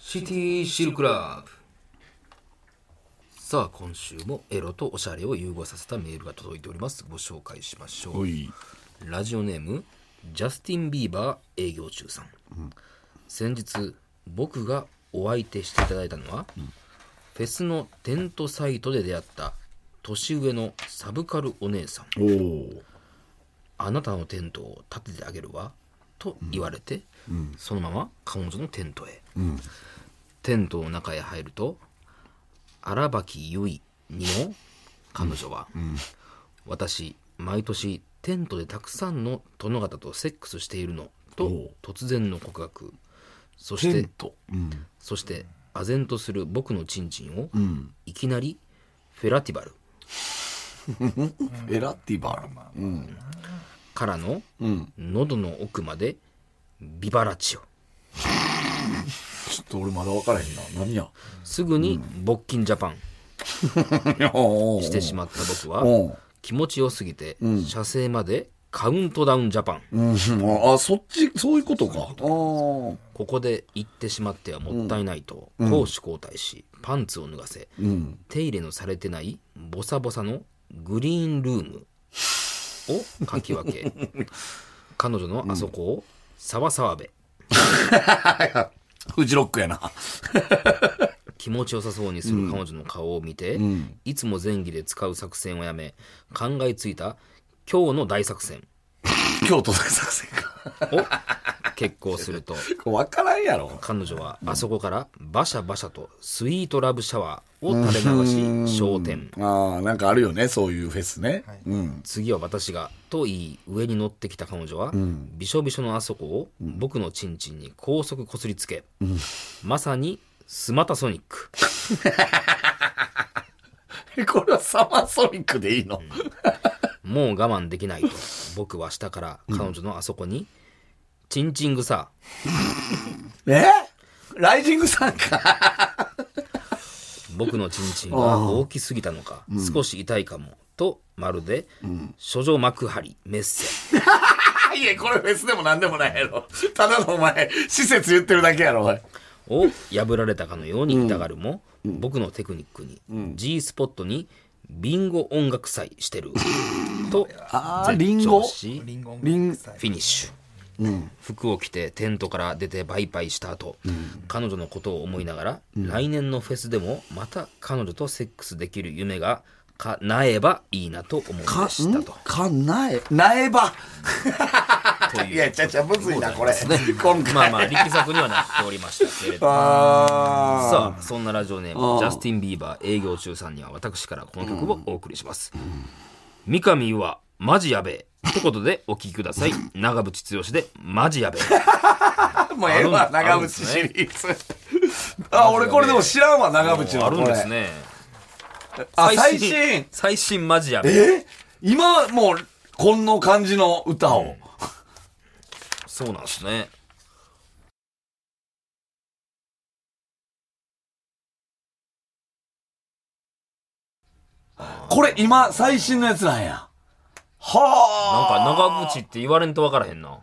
シティシルクラブさあ今週もエロとおしゃれを融合させたメールが届いておりますご紹介しましょうおいラジオネームジャスティン・ビーバー営業中さん、先日僕がお相手していただいたのは、フェスのテントサイトで出会った年上のサブカルお姉さんおおあなたのテントを建ててあげるわと言われて、そのまま彼女のテントへ、テントの中へ入ると荒垣結衣にも彼女は、私毎年テントでたくさんの殿方とセックスしているのとお突然の告白そしテてントうんそして唖然とする僕のチンチンを、んいきなりフェラティバルエラティバルうんからのうん喉の奥までビバラチオちょっと俺まだ分からへんな何やすぐに勃金ジャパンししてしまった僕はうん気持ちよすぎて射精までカウントダウンジャパンうん、ああそっちそういうことかああここで行ってしまってはもったいないと攻守交代しパンツを脱がせうん手入れのされてないボサボサのグリーンルームをかき分 け彼女のあそこを沢沢部フジロックやな気持ちよさそうにする彼女の顔を見て、いつも前儀で使う作戦をやめ考えついた今日の大作戦京都大作戦かを決行す ると分からんやろ彼女はあそこからバシャバシャとスイートラブシャワーを垂れ流し昇天ああなんかあるよねそういうフェスね、うん次は私がと言い上に乗ってきた彼女は、びしょびしょのあそこを僕のチンチンに高速こすりつけ、まさにスマタソニックえこれはサマーソニックでいいの、もう我慢できないと僕は下から彼女のあそこに、チンチングサえライジングさんか 僕のチンチンが大きすぎたのか、少し痛いかもとまるで、処女幕張メッセあいえこれフェスでもなんでもないやろただのお前施設言ってるだけやろお前を破られたかのように痛がるも、僕のテクニックに、G スポットにビンゴ音楽祭してるとあーリン絶ゴ唱しリンゴリンフィニッシュ、服を着てテントから出てバイバイした後、彼女のことを思いながら、来年のフェスでもまた彼女とセックスできる夢が叶えばいいなと思いましたと。かなえ苗場といういやちゃちゃむずいなこれ、今回まあまあ力作にはなっておりましたけれどもあさあそんなラジオネームジャスティン・ビーバー営業中さんには私からこの曲をお送りします、三上はマジやべえってことでお聴きください長渕剛でマジやべえあ もうええわある長んで渕すねシリーズあ俺これでも知らんわ長渕のあるんこれですねあ最新最新マジやべええ今もうこんな感じの歌を、そうなんですねこれ今最新のやつなんやはなあんか長渕って言われんと分からへんな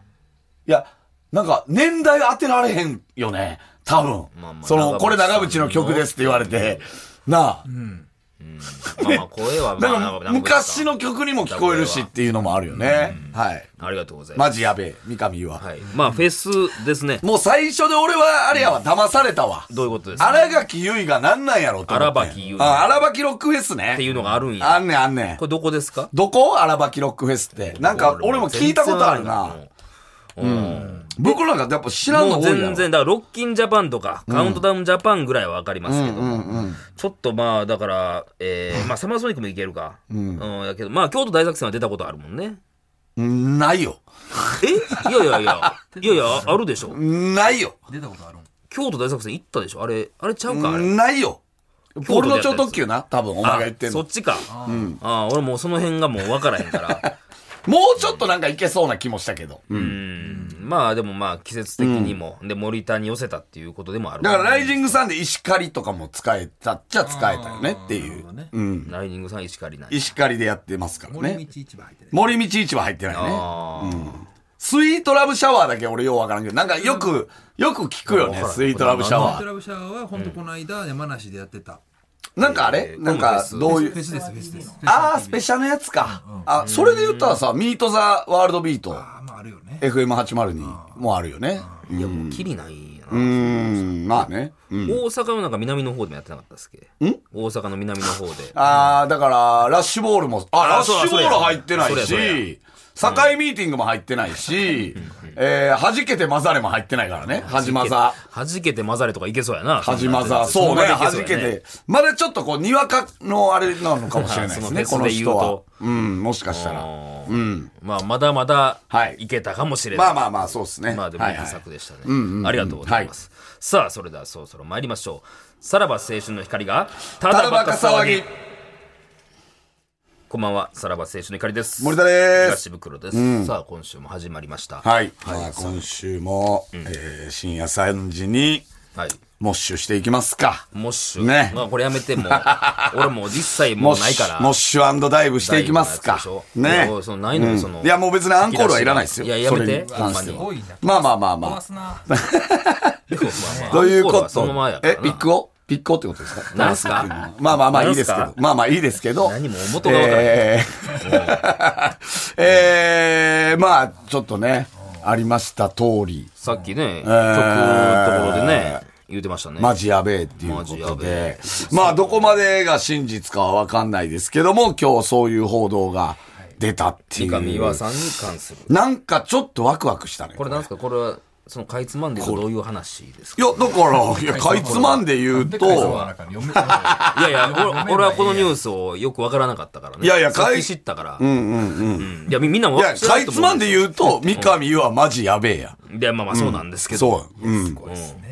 いやなんか年代当てられへんよね多分、まあまあそ長渕さんのこれ長渕の曲ですって言われて、なあ、まあまあ声はまあな長渕んさかん昔の曲にも聞こえるしっていうのもあるよね、はいありがとうございますマジやべえ三上は、はいまあフェスですねもう最初で俺はあれやわ騙されたわ、どういうことですか荒垣結衣がなんなんやろと思って荒垣結衣あ荒垣ロックフェスねっていうのがあるんやあんねんあんねんこれどこですかどこ荒ばきロックフェスって。なんか、俺も聞いたことあるな。うん。僕らがやっぱ知らんものう多いや全ろ。然、だから、ロッキンジャパンとか、カウントダウンジャパンぐらいはわかりますけど、うんうん。ちょっとまあ、だから、え ー、まあ、サマーソニックもいけるか。うん。だけど、まあ、京都大作戦は出たことあるもんね。うん。ないよ。えいやいやいや、 いやいや、あるでしょ。ないよ。出たことあるん京都大作戦行ったでしょあれ、あれちゃうかあれ。ないよ。京都ポでルやっノたやつ超特急な。多分、お前が言ってんそっの。ちか。うん。ああ、俺もうその辺がもうわからへん から。もうちょっとなんかいけそうな気もしたけど。うん。まあ、でもまあ、季節的にも、で、森田に寄せたっていうことでもあるだから、ライジングさんで石狩とかも使えたっちゃ使えたよねっていほうどね。うん。ライニングさん石狩なんや石狩でやってますから森ね。道市場入ってね。森道市は入ってないね。ああ。スイートラブシャワーだけ俺ようわからんけど、なんかよく、よく聞くよわか、ねらんスイートラブシャスイーワトー。ラブシャワーは本当この間山梨でやってた。なんかあれえーなんか、どういフェう。スですフェスです。ああ、スペシャルのやつか。あ、それで言ったらさ、ミートザワールドビート、あーまああるよね。 FM802 もあるよね。いやもうきりないやな、うーん、まあね。うん。大阪のなんか南の方でもやってなかったっすっけ大阪の南の方でああ、だから、ラッシュボールも、あ、ラッシュボール入ってないそうやそうやし、境ミーティングも入ってないし、えー、弾けて混ざれも入ってないからね。 はじまざ。はじけて混ざれとかいけそうやなはじまざ。そそんうなね、んまはでじいそけうやねて。まだちょっとこう、にわかのあれなのかもしれないです ね、そこののフェスで言う人はと。うん、もしかしたら。あーうん。まあまだまだはいいけたかもしれない、まあまあまあ、そうですね。まあでもはいいはいい作でしたね、ありがとうございます、さあそれではそろそろ参りましょうさらば青春の光がたただバカ騒ぎ。こんばんはさらば青春の光です森田です東袋です、さあ今週も始まりましたははい。まあ今週も、えー深夜3時に、い、モッシュしていきますか。モッシュ、ねまあ、これやめ てもう俺もう実際もモうッないシからュ、モッシュダイブしていきますかダイブのやつ。でしょねいやそのないのよそのいや、もう別にアンコールはいらないですよ。いややめてそれに関してほんすまにはごいな。まあまあまあま壊あ。すな。でもまあまあというアこンコールはと。そのままやからえな、ピックをピックをってことですか何すかまあまあまあいいですけ何どす。まあまあいいですけど。何も元が分からないえーえーまあ、ちょっとね、ありました通り、さっきね、曲ーのところでね言うてましたねマジやべえっていうこマジやとべでえ、まあどこまでが真実かはわかんないですけども、今日そういう報道が出たってい三上う岩。さんに関するなんかちょっとワクワクしたね。これなんですかこれはそのかいつまんで言うとどういう話ですいかや、だか ら、いや、かいつまんで言うでかいそうと、だから読めないいやいや俺俺はこのニュースをよくわからなかったからねいやいやさっかいき知ったからうんうんうん、いやみみんないもや、かいつまんで言うと、三上優はマジやべえや。いやまあまあそうなんですけど、そう。うん。うん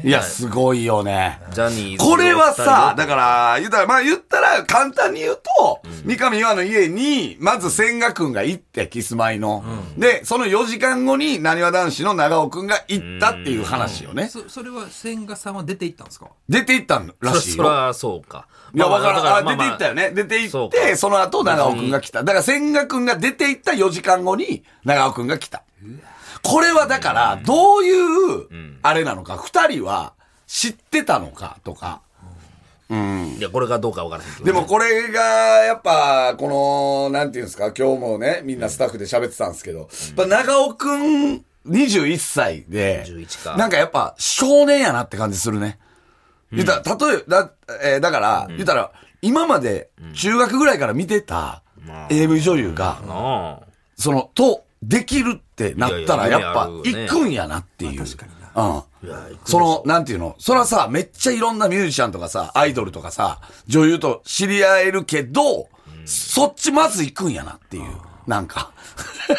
いや、すごいよね。ジャニーズこれはさ、だらから、言ったら、まあ言ったら、簡単に言うと、三上優愛の家に、まず千賀くんが行って、キスマイの。で、その4時間後に、なにわ男子の長尾くんが行ったっていう話よね。 そそれは千賀さんは出て行ったんですか出て行ったんらしいそより。ゃそうかいや、まあわからん。だあ、ま出て行ったよね。出て行そっうて、かその後、長尾くんが来た。だから、千賀くんが出て行った4時間後に、長尾くんが来た。これはだから、どういう、あれなのか、二人は知ってたのか、とか。いやこれがどうかわからへんけどでもこれが、やっぱ、この、なんていうんですか、今日もね、みんなスタッフで喋ってたんですけど、やっぱ長尾くん、21歳で21か、なんかやっぱ少年やなって感じするね。言ったら、例えば、だ、えーだから、言ったら、今まで中学ぐらいから見てたまあ AV 女優あが、あその、と、できるってなったら、いややっいやぱ、夢あるよね行くんやなっていう。確かにな。うん。いや行くでしょその、なんていうのそらさ、めっちゃいろんなミュージシャンとかさ、アイドルとかさ、女優と知り合えるけど、そっちまず行くんやなっていう。なんか。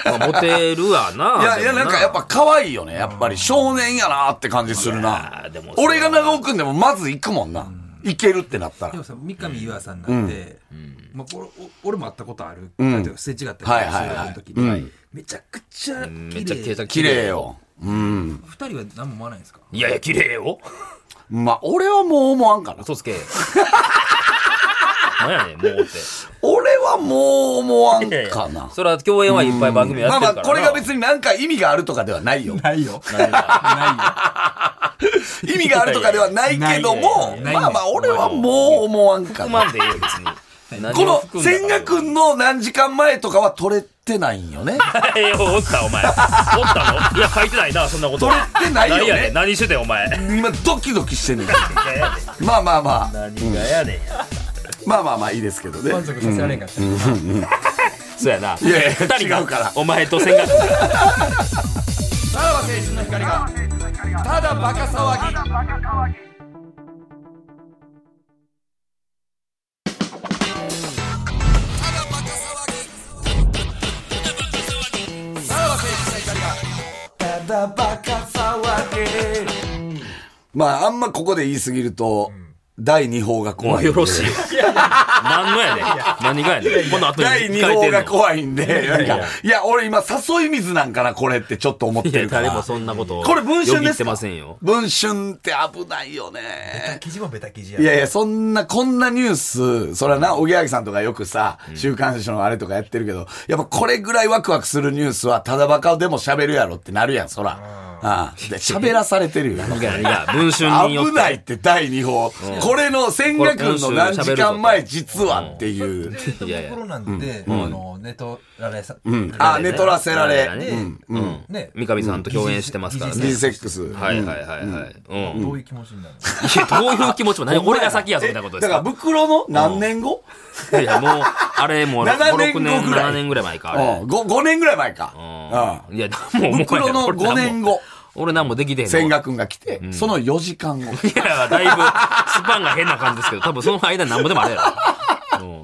まあ、モテるわな。いや、いや、でもなんかやっぱ可愛いよね。やっぱり少年やなって感じするいなやでも。そう俺が長尾くんでもまず行くもんな。行けるってなったでらも。さ三上岩さんなんて、まあ、俺お俺も会ったことある、例えばすれ違ったりはいはいはい中学の時に、うんめちゃくちゃめ綺っちゃ麗ゃ綺麗。よ。二人は何も思わないんですかいやいや、綺麗よ。まあ、俺はもう思わんから。嘘つ け。なんやねん、もうって。俺はもう思わんかな。それは共演はいっぱい番組やってまあるまかあ、らな。これが別になんか意味があるとかではないよ。ないよ何がな意味があるとかではないけども、ないないまあまあ、俺はもう思わんか含な。まんでええよ、 別に。この、千賀くんの。の何時間前とかは取れてないんよね。ええよ、 おった、お前。おったのいや、書いてないな、そんなこと。取れてないよね何やねん何してて、お前。今、ドキドキしてんねん。何がやねんまあまあまあ、何がやねん。まあまあまあ、いいですけどねい。 満足させられんかった、そうやな。いやいや二人が違うからお前と千賀くんが。さらば青春の光が、ただバカ騒ぎ。まあ、あんまここで言いすぎると、第2報が怖いんよで。ろしいよ。何のやねん。何がやねん。この後に第控2えて報んのが怖いんで、なんか、いや、俺今、誘い水なんかな、これってちょっと思っいてや、るか誰ら。もそんなことを。これ文春よぎでってすかませんよ。文春って危ないよベタね。記事もベタ記事やいなやいや、そんな、こんなニュース、それはな、おぎやはぎさんとかよくさ、週刊誌のあれとかやってるけど、やっぱこれぐらいワクワクするニュースは、ただバカでも喋るやろってなるやん、そら。ああで喋らされてるよ。いやいや、文春によって。危ないって第2報。これの千賀君の何時間前実はっていう。そういうところなんで、あの、ネトラレさ、あ、寝取らせられ。ねうん。うん。ね三上さんと共演してますからうんね。 D6。はいはいはいはい。うん。どういう気持ちになるいや、どういう気持ちもない。俺が先やぞみたいなことですだから、か。袋の何年後いや、もう、あれ、もう、5、 7 6年年、後ぐらい7年ぐらい前か、あれ。うん。5, 5年ぐらい前うか。ん。いや、もう、もう、袋の俺何も5年後。俺なんもできてへんわ千賀君が来て、その4時間後。 いや、だいぶ、スパンが変な感じですけど、多分その間なんぼでもあれやろ。うん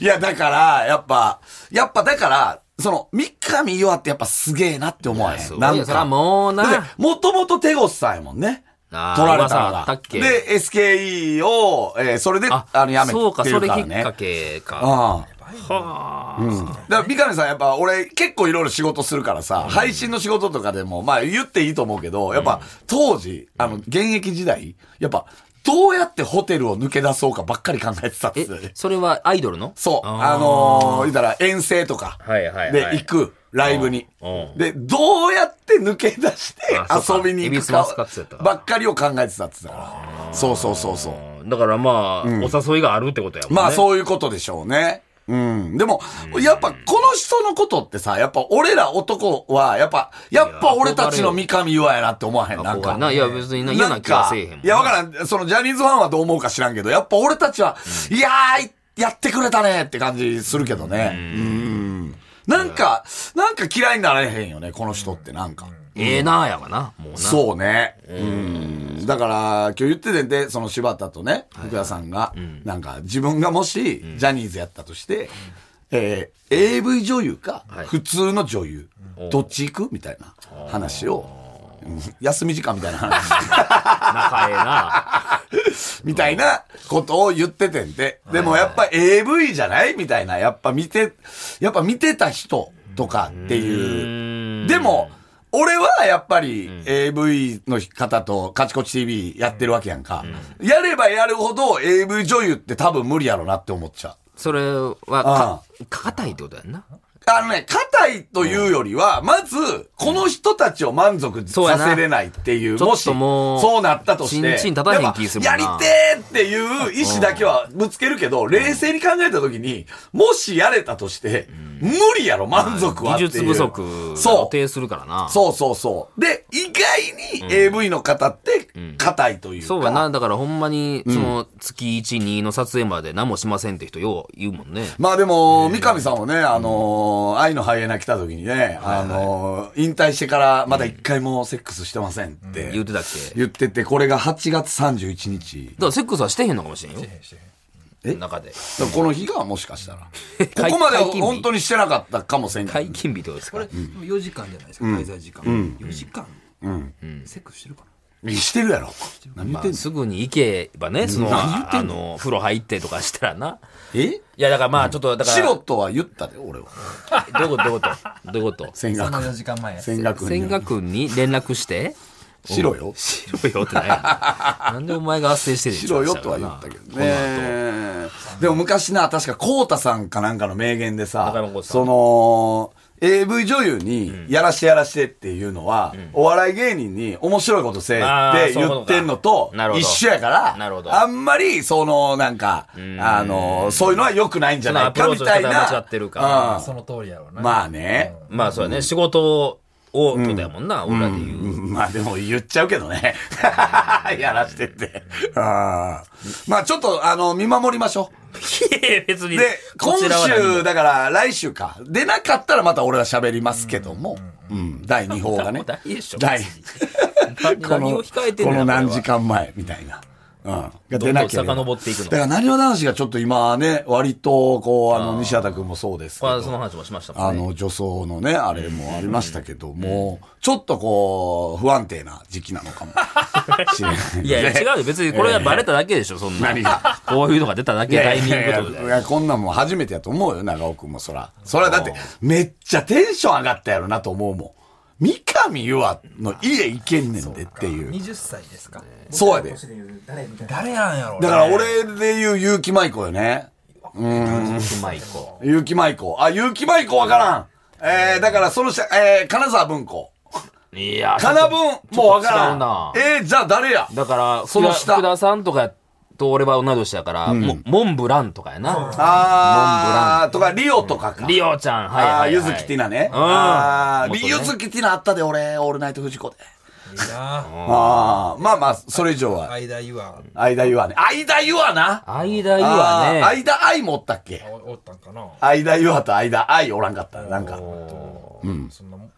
いや、だから、やっぱ、やっぱだから、その、三上岩ってやっぱすげえなって思わへそん。う なんいかやそらもうなだって、もともと手越さんやもんね。取あーられた噂あかったらっ。けで、SKE を、えーそれで、あの、やめてそうか、それるきからっねか。けか。ああ。はあ。だから、三上さん、やっぱ俺、結構いろいろ仕事するからさ、配信の仕事とかでも、まあ言っていいと思うけど、やっぱ、当時、あの、現役時代、やっぱ、どうやってホテルを抜け出そうかばっかり考えてたんでえすよね、。それはアイドルのそう。あのー、言ったら遠征とかはいはいはいで行く、ライブにうんう。で、どうやって抜け出してあそうか遊びに行く恵比寿マスカッツやったかばっかりを考えてたって言ってたから。そうそうそうそう。うんだからまあ、お誘いがあるってことやもんね。まあそういうことでしょうね。うん。でも、やっぱこの人のことってさ、やっぱ俺ら男は、やっぱ、やっぱ俺たちの三上岩やなって思わへん。なん憧れか。ないや別にな嫌な気はせえへんもんねなかいや、わからん。そのジャニーズファンはどう思うか知らんけど、やっぱ俺たちは、いやー、やってくれたねって感じするけどね。うん。なんか、なんか嫌いになれへんよね、この人ってなんか。ええなあやわな。もうな。そうね。うん。だから、今日言っててんで、その柴田とね、福田さんが、なんか、自分がもし、ジャニーズやったとして、えー AV 女優か、はい普通の女優、どっち行くみたいな話を、うん休み時間みたいな話。仲ええな。 みたいなことを言っててんで。でもやっぱ AV じゃないみたいな。やっぱ見て、やっぱ見てた人とかっていう。でも、俺はやっぱり AV の方とカチコチ TV やってるわけやんか。やればやるほど AV 女優って多分無理やろなって思っちゃう。それは、か、硬いってことやんな。あのね、硬いというよりは、まず、この人たちを満足そうやさなせれないっていう、ちょっともし、もうそうなったとして、ちんちん立たへん気するもんなやっぱやりてーっていう意思だけはぶつけるけど、冷静に考えたときに、もしやれたとして、無理やろ、満足は技っていう。術不足がそ露う。呈するからな。そうそうそう。で、意外に AV の方って、硬いというか。そうやな。だからほんまに、その、月1、2の撮影まで何もしませんって人よう言うもんね。まあでも、三上さんもね、あのー、愛のハイエナ来た時にね、あのー、引退してからまだ一回もセックスしてませんって言うてたっけ。だ言ってて、これが8月31日。 からセックスはしてへんのかもしれんよ。え中で。だからこの日がもしかした ら。解ここまで解禁日本当にしてなかったかもしれんけ解ど。禁日ってことですこかれ、4時間じゃないですか、滞在時間。4時間、セックスしてるかなしてるやろ。何言ってんのすぐに行けばね、その、何言ああの、風呂入ってとかしたらな。えいや、だからまあ、ちょっと、だかシら、ロどとは言ったで、俺は。ういうこと、どういうこと、どういうこと。千賀その君。 4時間前。千賀君千には。賀君に連絡 して、白よ。白よってないやん。なんでお前が発生してるん白よとは言ったけどね。でも昔な、確か、コウタさんかなんかの名言でさ中山浩、太さんその、AV 女優にやらしてやらしてっていうのは、お笑い芸人に面白いことせえって言ってんのとあーそういうことかなるほど一緒やから、なるほどあんまり、その、なんか、あの、そういうのは良くないんじゃないかみたいそのアな。プローチの仕方が間違ってるからうんその通りやろうな。まあね。まあ、そうやね、仕事を、ってことやもんな、俺らで言う。うんまあでも言っちゃうけどね。 やらしてって。あーまあちょっと、あの、見守りましょう。いや別に。で、今こちらは何も週、だから来週か。出なかったらまた俺は喋りますけども。うん、第2報が ね。大丈夫でしょ第別に何を控えてんこねんのこれは何時間前みたいな。うん。がど出んどなんきゃ。だか遡っていくの。ら、なにわ男子がちょっと今ね、割と、こう、あの、西畑君もそうですけこれはど、その話もしましたもあんね。の、女装のね、あれもありましたけども、ちょっとこう、不安定な時期なのかもしれないですね。 いやいや、 違うよ。別にこれがバレただけでしょ、そんな。こういうのが出ただけタイミングってこといだやよいやこんなんもん初めてやと思うよ、長尾くんもそら。それはだって、めっちゃテンション上がったやろなと思うもん。三上優愛の家行けんねんでっていう。 20歳ですかそうやで。誰なんやろうねだから俺で言う結城舞子よね。うまい子。結城舞子。あ、結城舞子わからん。えー、だからその下、えー、金沢文庫。いや、金文もうわから。違うなんえー、じゃあ誰やだから、そそのの下福田さんとかと俺は同い年だから、もモンブランとかやな。あー、とか、リオとかか。リオちゃん、はいはい、あはー、い。ゆずきティナね。うんあー元ねゆずきティナあったで、俺、オールナイトフジコで。いいなああ、まあまあ、それ以上は。間言わん間言わね。間言わな。間ゆはあーね。間愛もおったっけおおったんかな間言わと間愛おらんかった。なんか。そんなもん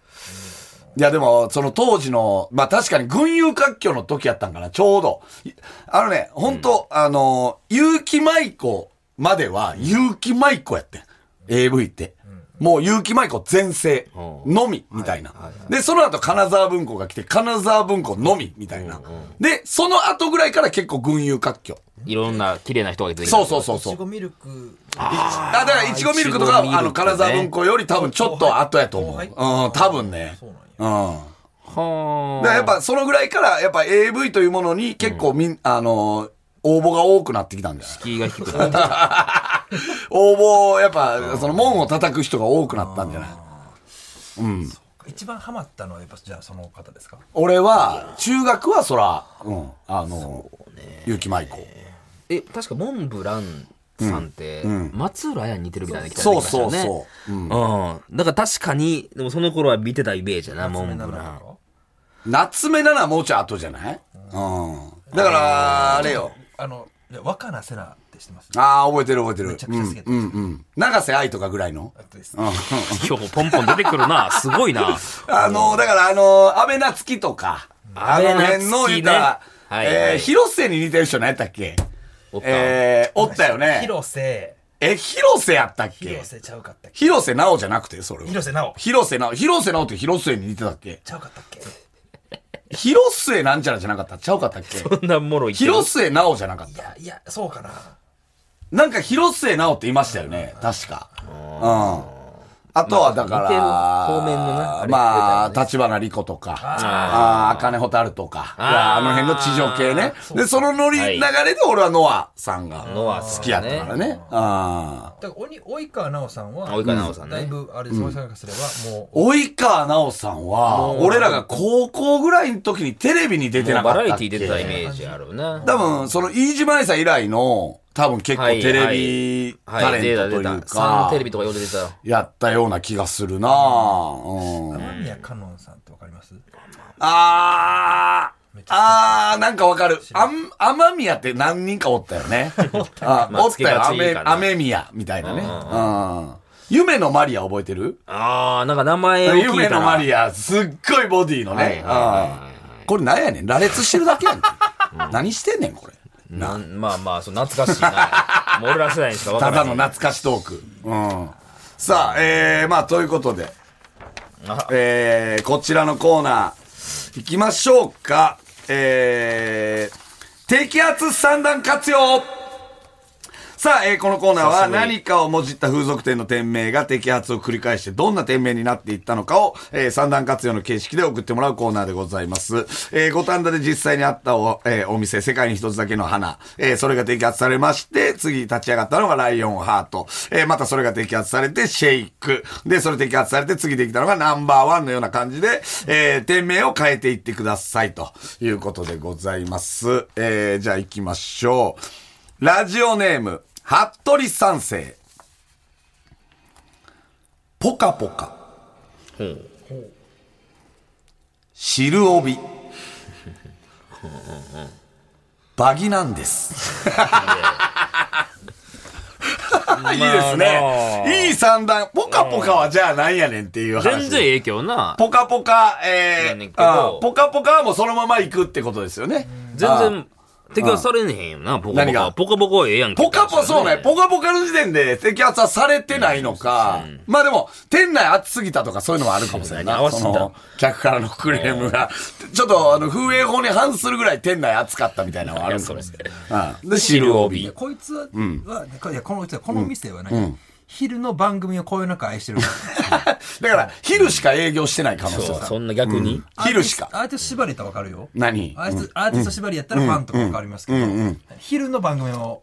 いやでも、その当時の、まあ確かに群雄割拠の時やったんかな、ちょうど。いあのね、本当、あの、結城舞子までは結城舞子やってん。AV って。もう結城舞子全盛のみ、みたいな。で、その後金沢文庫が来て、金沢文庫のみ、みたいな。で、その後ぐらいから結構群雄割拠。いろんな綺麗な人が出てきてそうそうそういそちう。ごミルクあ、だから、いちごミルクとかいちごミルクねは、あの、金沢文庫より多分ちょっと後やと思う。う後輩ん、多分ね。そうなんやうん。はあだからやっぱそのぐらいから、やっぱ AV というものに結構みん、あのー、応募が多くなってきたんじゃない気が低くなった。応募を、やっぱ、その門を叩く人が多くなったんじゃない一番ハマったのはやっぱじゃあその方ですか俺は、中学はそら、うん、あのー、結城舞子。え、確かモンブランさんって、松浦綾に似てるみたいな人そう出てきたそようねそう。うんうん。だから確かに、でもその頃は見てたイメージやな、モンブラン。あ夏目ならもうちょい後じゃないうん。だから、あれよ。のいや若菜瀬なって知ってますああ、覚えてる覚えてる。めちゃくちゃ好きだったうん、うん、うん。長瀬愛とかぐらいの。あとです今日もポンポン出てくるな。すごい な。あの、だからあの、安倍夏樹とか、あ安の倍辺夏樹ねの言うたら、はいはいえー広瀬に似てる人何やったっけおったえー、おったよね。広瀬え、広瀬やったっけ広瀬ちゃうかったっけ広瀬直じゃなくて、それは。広瀬直広瀬直、広瀬直って広瀬に似てたっけちゃうかったっけ広瀬なんちゃらじゃなかったちゃうかったっけこんなもろいけど広瀬直じゃなかっいたやいやそうかななんか広瀬直っていましたよね、確か。うん。あとはだから、まあ似てる方面のなあれまあ、出たよね立花莉子とか、ああ、茜蛍とか、ああーの辺の地上系ね。で、そのノリ流はれいで俺はノアさんがノア好きやったからね。あーだから鬼及川奈緒さんは及川奈緒さんねだいぶあれです及川からすればもう及川奈緒さんは、俺らが高校ぐらいの時にテレビに出てなかバったっラけ。エティー出てたイメージあるな。多分、その飯島愛さん以来の、多分結構テレビタレントというか、サンテレビとか呼んでたよ。やったような気がするなぁ。うん、天宮香音さんってわかりますあー、あー、なんかわかる。あん、天宮って何人かおったよね。あまあおったよ。付けが強い雨か、ら雨宮みたいなね。うん。夢のマリア覚えてるああ、なんか名前を聞いたら。夢のマリア、すっごいボディのはいはいね。はうんこれなんやねん。羅列してるだけやねん。何してんねん、これ。なんまあまあ、そう懐かしい な。もう俺ら世代にしか分かたらなだい。の懐かしトーク。うん。さあ、えー、まあ、ということで、あえー、こちらのコーナー、行きましょうか。えー、摘発三段活用さあ、えーこのコーナー久はしぶり何かをもじった風俗店の店名が摘発を繰り返してどんな店名になっていったのかを、えー三段活用の形式で送ってもらうコーナーでございます。えー五反田で実際にあったお,、えーお店、世界に一つだけの花、えーそれが摘発されまして、次立ち上がったのがライオンハート、えーまたそれが摘発されてシェイク、で、それ摘発されて次できたのがナンバーワンのような感じで、えー店名を変えていってくださいということでございます。えーじゃあ行きましょう。ラジオネーム、服部三世。ポカポカ。汁帯。バギなんです。 いいですね。いい三段。ポカポカはじゃあなんやねんっていう話。全然影響な。ポカポカ、えやねんー、けどあーポカポカはもうそのまま行くってことですよね。全然摘発されねへんよな、ポカポ何カ。がポカポカはええやんけ。ポカポカ、そうね、ポカポカの時点で摘発はされてないのか、まあでも、店内暑すぎたとかそういうのもあるかもしれんそうなねい。合わせそたの、客からのクレームが、ちょっと、あの、風営法に反するぐらい店内暑かったみたいなのはあるんかもしれない。うんで、汁い帯や。こいつは、いやこの人はこの店はね、昼の番組をこよなく愛してるから だから、昼しか営業してない可能性そう、があそる。んな逆に。昼しか。アーティスアーティスト縛りやったらわかるよ何アーティストアーティスト縛りやったらファンとかわかりますけど、昼の番組を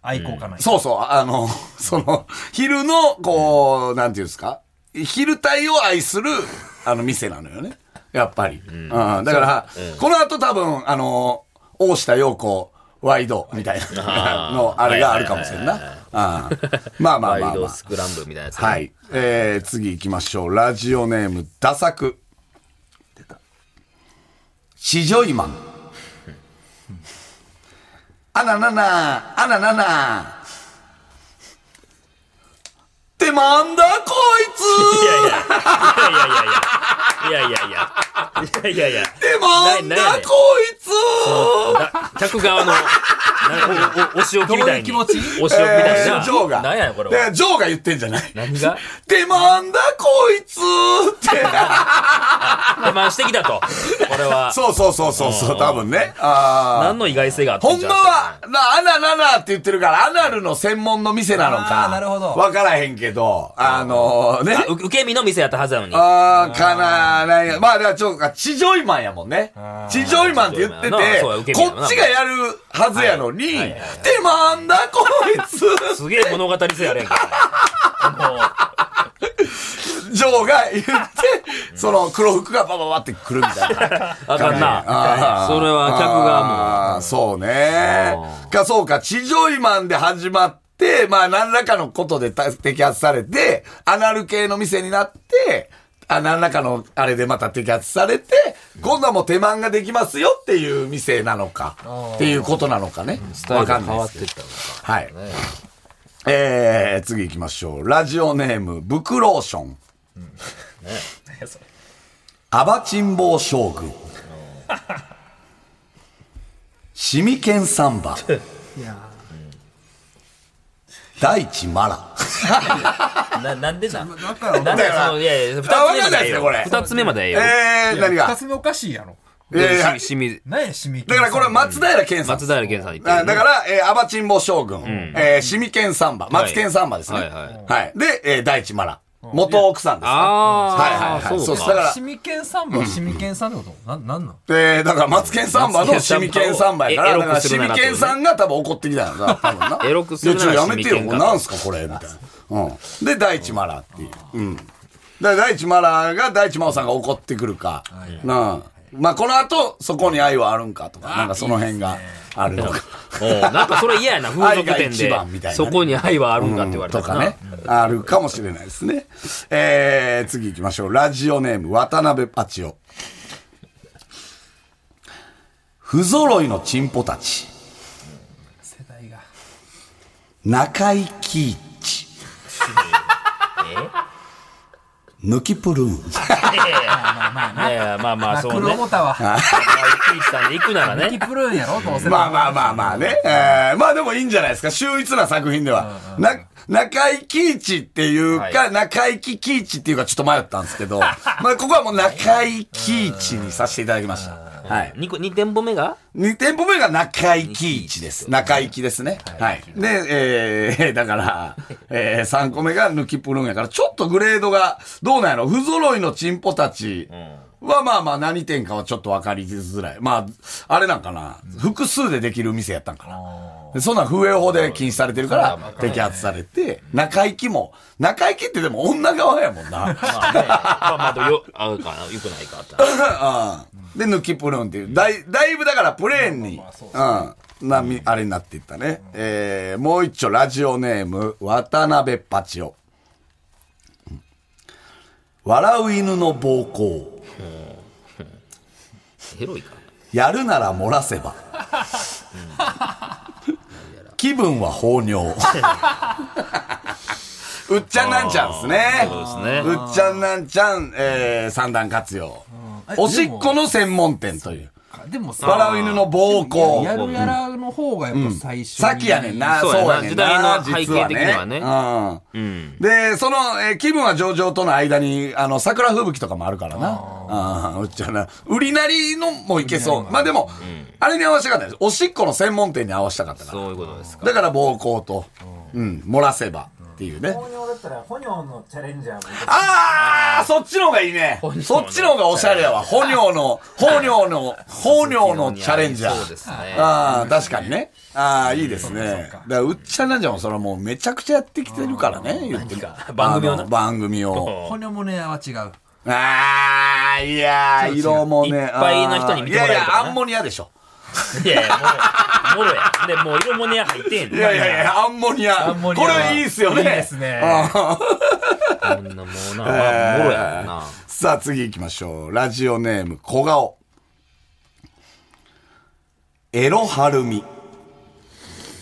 愛好家ない、そうそう、あの、 その、昼の、こう、なんていうんですか、昼帯を愛する、あの、店なのよね。やっぱり。うん。だから、この後多分、あの、大下陽子、ワイド、みたいな、 の、あれがあるかもしれんな。あーまあまあワイまあまドあス。クランブルみたいなやつ。は。い。えー、次行きましょう。ラジオネーム、ダサク。シジョイマン。 あななな、あななな。ってまんだこい いやいつや。いやいやいやいや。いやいやいや。いやいやいや。ってまんななんやだねんこいつだ客側の、なお、お、お仕置きみ たいに。どういう気持ちお仕置きみたいえな。ージョーが。なんやねんこれだからは。ジョーが言ってんじゃない。 何がってまんだこいつ って。出番してきたと。これは。そうそうそうそうそう、多分ね。あー何の意外性があったほんんじゃまは、な、アナナナって言ってるから、アナルの専門の店なのあか。ーなるほどわからへんけど、あのね。う受け身の店やったはずなのに。あー、かななんやまあ、だからちょっと、地上イマンやもんね。地上イマンって言って地上イマンやなそうやて受、け身やなこっちがやるはずやのに、はいはいてまんだこい つ、すげえ物語性あれやんか。もう、ジョーが言って、その黒服がバババって来るみたいな。あかんな。それは客がもう。あーそうねあ。か、そうか、地上位マンで始まって、まあ、何らかのことでた摘発されて、アナル系の店になって、あ何らかのあれでまた摘発されて、今度はもう手満ができますよっていう店なのか、っていうことなのかね。スタイわルかがんな変いわでっすけてどっ。たのか。はい。えー、次行きましょう。ラジオネーム、ブクローション。 アバチンボウ将 軍。シミケンサンバ。大地マラ。な、なんでな。だからなんでその、いやいや、二つ目までええあわかんよ。ないっすねこれ二つ目までええよ。えー、何2がつ目おかしいやろいやいやししみ、何やしみだからこれは松平健さん。松平健さん言ってあだる。から、えー、アバチンボ将軍、えー、シミケンサンバ、松健サンバですね。ははいい。はいで、えー、大地マラ。元奥さんですね。あーはいはいはい。そうかだからシ、ミケンサンバはシミケンさんってこと、なん、なんなんえー、だから、マツケンサンバのシミケンサンバやから、えエロだかくらするシなミらケンさんが多分怒ってきたんやろな、多分な エロくするならいやちょっとやめてシよ、ミもケンうかなんすか、これ、みたいな。うん。で、大地マラっていう。うん。だから、大地マラが大地真央さんが怒ってくるか。なあ。まあ、この後、そこに愛はあるんかとか、なんかその辺が あるのか。おうなんかそれ嫌やな、風俗愛が店一番みたいで。なねそこに愛はあるんだって言われたとらかなね。。あるかもしれないですね。えー、次行きましょう。ラジオネーム、渡辺パチオ。不揃いのチンポたち。世代が中井貴一。 抜きプルーン。いやいやまあまあ、そうね。黒ボタはピーチさんで行くならキね。プルーンやろどうせまあまあまあまあね。えーまあでもいいんじゃないですか。秀逸な作品では。な、中井貴一っていうか、は中井貴一っていうかちょっと迷ったんですけど、まあここはもう中井貴一にさせていただきました。はい。 2個、二店舗目が二店舗目が中井貴一です。中井貴ですね。はい。で、えー、だから、えー、三個目が抜きプルーンやから、ちょっとグレードが、どうなんやろ不揃いのチンポたちは、まあまあ何点かはちょっと分かりづらい。まあ、あれなんかな。複数でできる店やったんかな。でそんなん風営法で禁止されてるから、摘発されて、中井貴も、中井貴ってでも女側やもんな。まあね。まあまあでもよ、合うかな、良くないかってな。で、抜きプルーンっていう。だい、だいぶだからプレーンに、うん、なみ、あれになっていったね。えー、もう一丁、ラジオネーム、渡辺パチオ。笑う犬の暴行。エロいか。やるなら漏らせば。気分は 放尿。うっちゃんなんちゃんですね。そうですねうっちゃんなんちゃん、えー、三段活用。おしっこの専門店という。かでもさ笑う犬の暴行。やるやらの方がやっぱ最初に、さっきやねんな、そうそやうなやね時んな、代の実は背景的にね。うん。で、その、えー気分は上々との間に、あの、桜吹雪とかもあるからな。ああ、うっちゃな。売りなりのもいけそう。まあでも、あれに合わせたかったです。おしっこの専門店に合わせたかったから。そういうことですかだから暴行と、うん、漏らせばっていうね。糖尿だったら、哺尿のチャレンジャーも。ああそっちの方がいいね尿。のそっちの方がおしゃれやわ。哺尿の、哺尿の、哺尿のチャレンジャそうでー。すねああ、確かにね。ああ、いいですね。だから、うっちゃなんじゃも、それはもうめちゃくちゃやってきてるからね、言ってか番組をなあの番組 を。骨もねは違うああ、いやー、色もね。いっぱいの人に見てもらえるあかーらいないやや、アンモニアでしょ。いやいやもうもろやでもう色もね入ってへんいやいやいや、アンモニア。アンモニアこはれいいっすよね。いいですねあーこんなもうなもろやなさあ、次行きましょう。ラジオネーム、小顔。エロはるみ。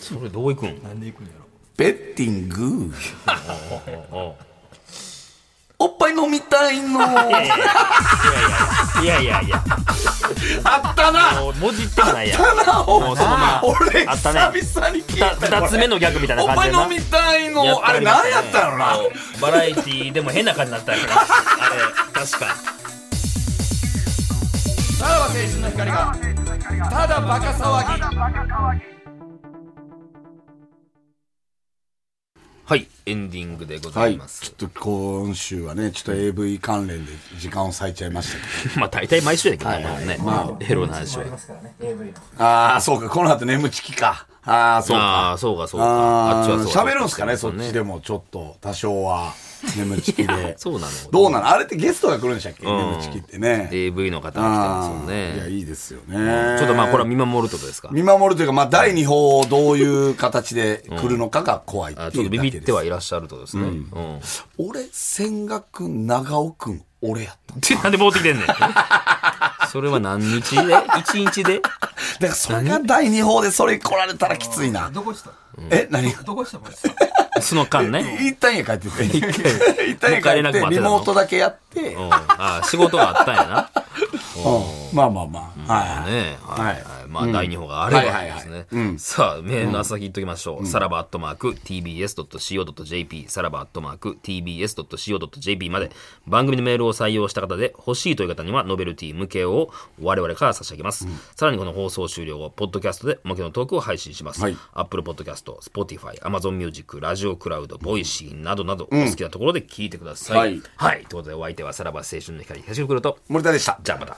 それどういくんなんで行くんやろベッティング。おうおっぱい飲みたいの。あいやいやいやったな。もう文字ってもないやんあったなもうそのまあ俺、あったね久々に聞い二た。二つ目のギャグみたいなおっぱ感いじでな飲みたいやっの。ぱあれりね何やったんやろな。そうバラエティーでも変な感じになったんやからあれ確かさらば青春の光が。ただバカ騒ぎ。はいエンディングでござはいい。ますちょっと今週はね、ちょっと AV 関連で時間を割いちゃいました けまあ大体毎週やけどね、はいはいこれね、ま エロな話あはり。ますからね、AV の。ど。ああ、そうか。この後眠ちきか。ああ、そうか。ああ、そうかそうか。ああっちはーそうか喋るんすかね、そっちでもちょっと、多少は、眠ちきいでや。そうなのどうなのあれってゲストが来るんでしたっけん眠ちきってね。 AV の方が来あてますよーいや、ね。いいですよね。ちょっとまあこれは見守るってことですか。見守るというか、まあ、第2報をどういう形で来るのかが怖いっていうあだちょっけとでビす。ビってはいらっしゃるってことですね。うん。俺、千賀くん、長尾くん、俺やった。でなんで戻ってきてんね ん。それは何日で一日でだから、それが第2報でそれ来られたらきついな。どこしたえ、何どこしたもんさその間ね。 一旦家帰ってて。一旦家帰もう一回連絡っ待ってて、たのリモートだけやって、うん。あ仕事があったんやうんまあまあまあ。はいな。はい。ねはいはいはい。まあ第2報があればはいはいはいですね。さあ、メールの朝言っときましょう。さらばアットマーク tbs.co.jp、さらばアットマーク tbs.co.jp まで番組のメールを採用した方で欲しいという方にはノベルティ向けを我々から差し上げます。さらにこの放送終了後、ポッドキャストでおまけのトークを配信します。はいアップルポッドキャスト、Spotify、Amazon Music、ラジオクラウド、ボイシーなどなどお好きなところで聞いてくださはいい。はい。ということでお相手はさらば青春の光東袋と、森田でした。じゃあまた。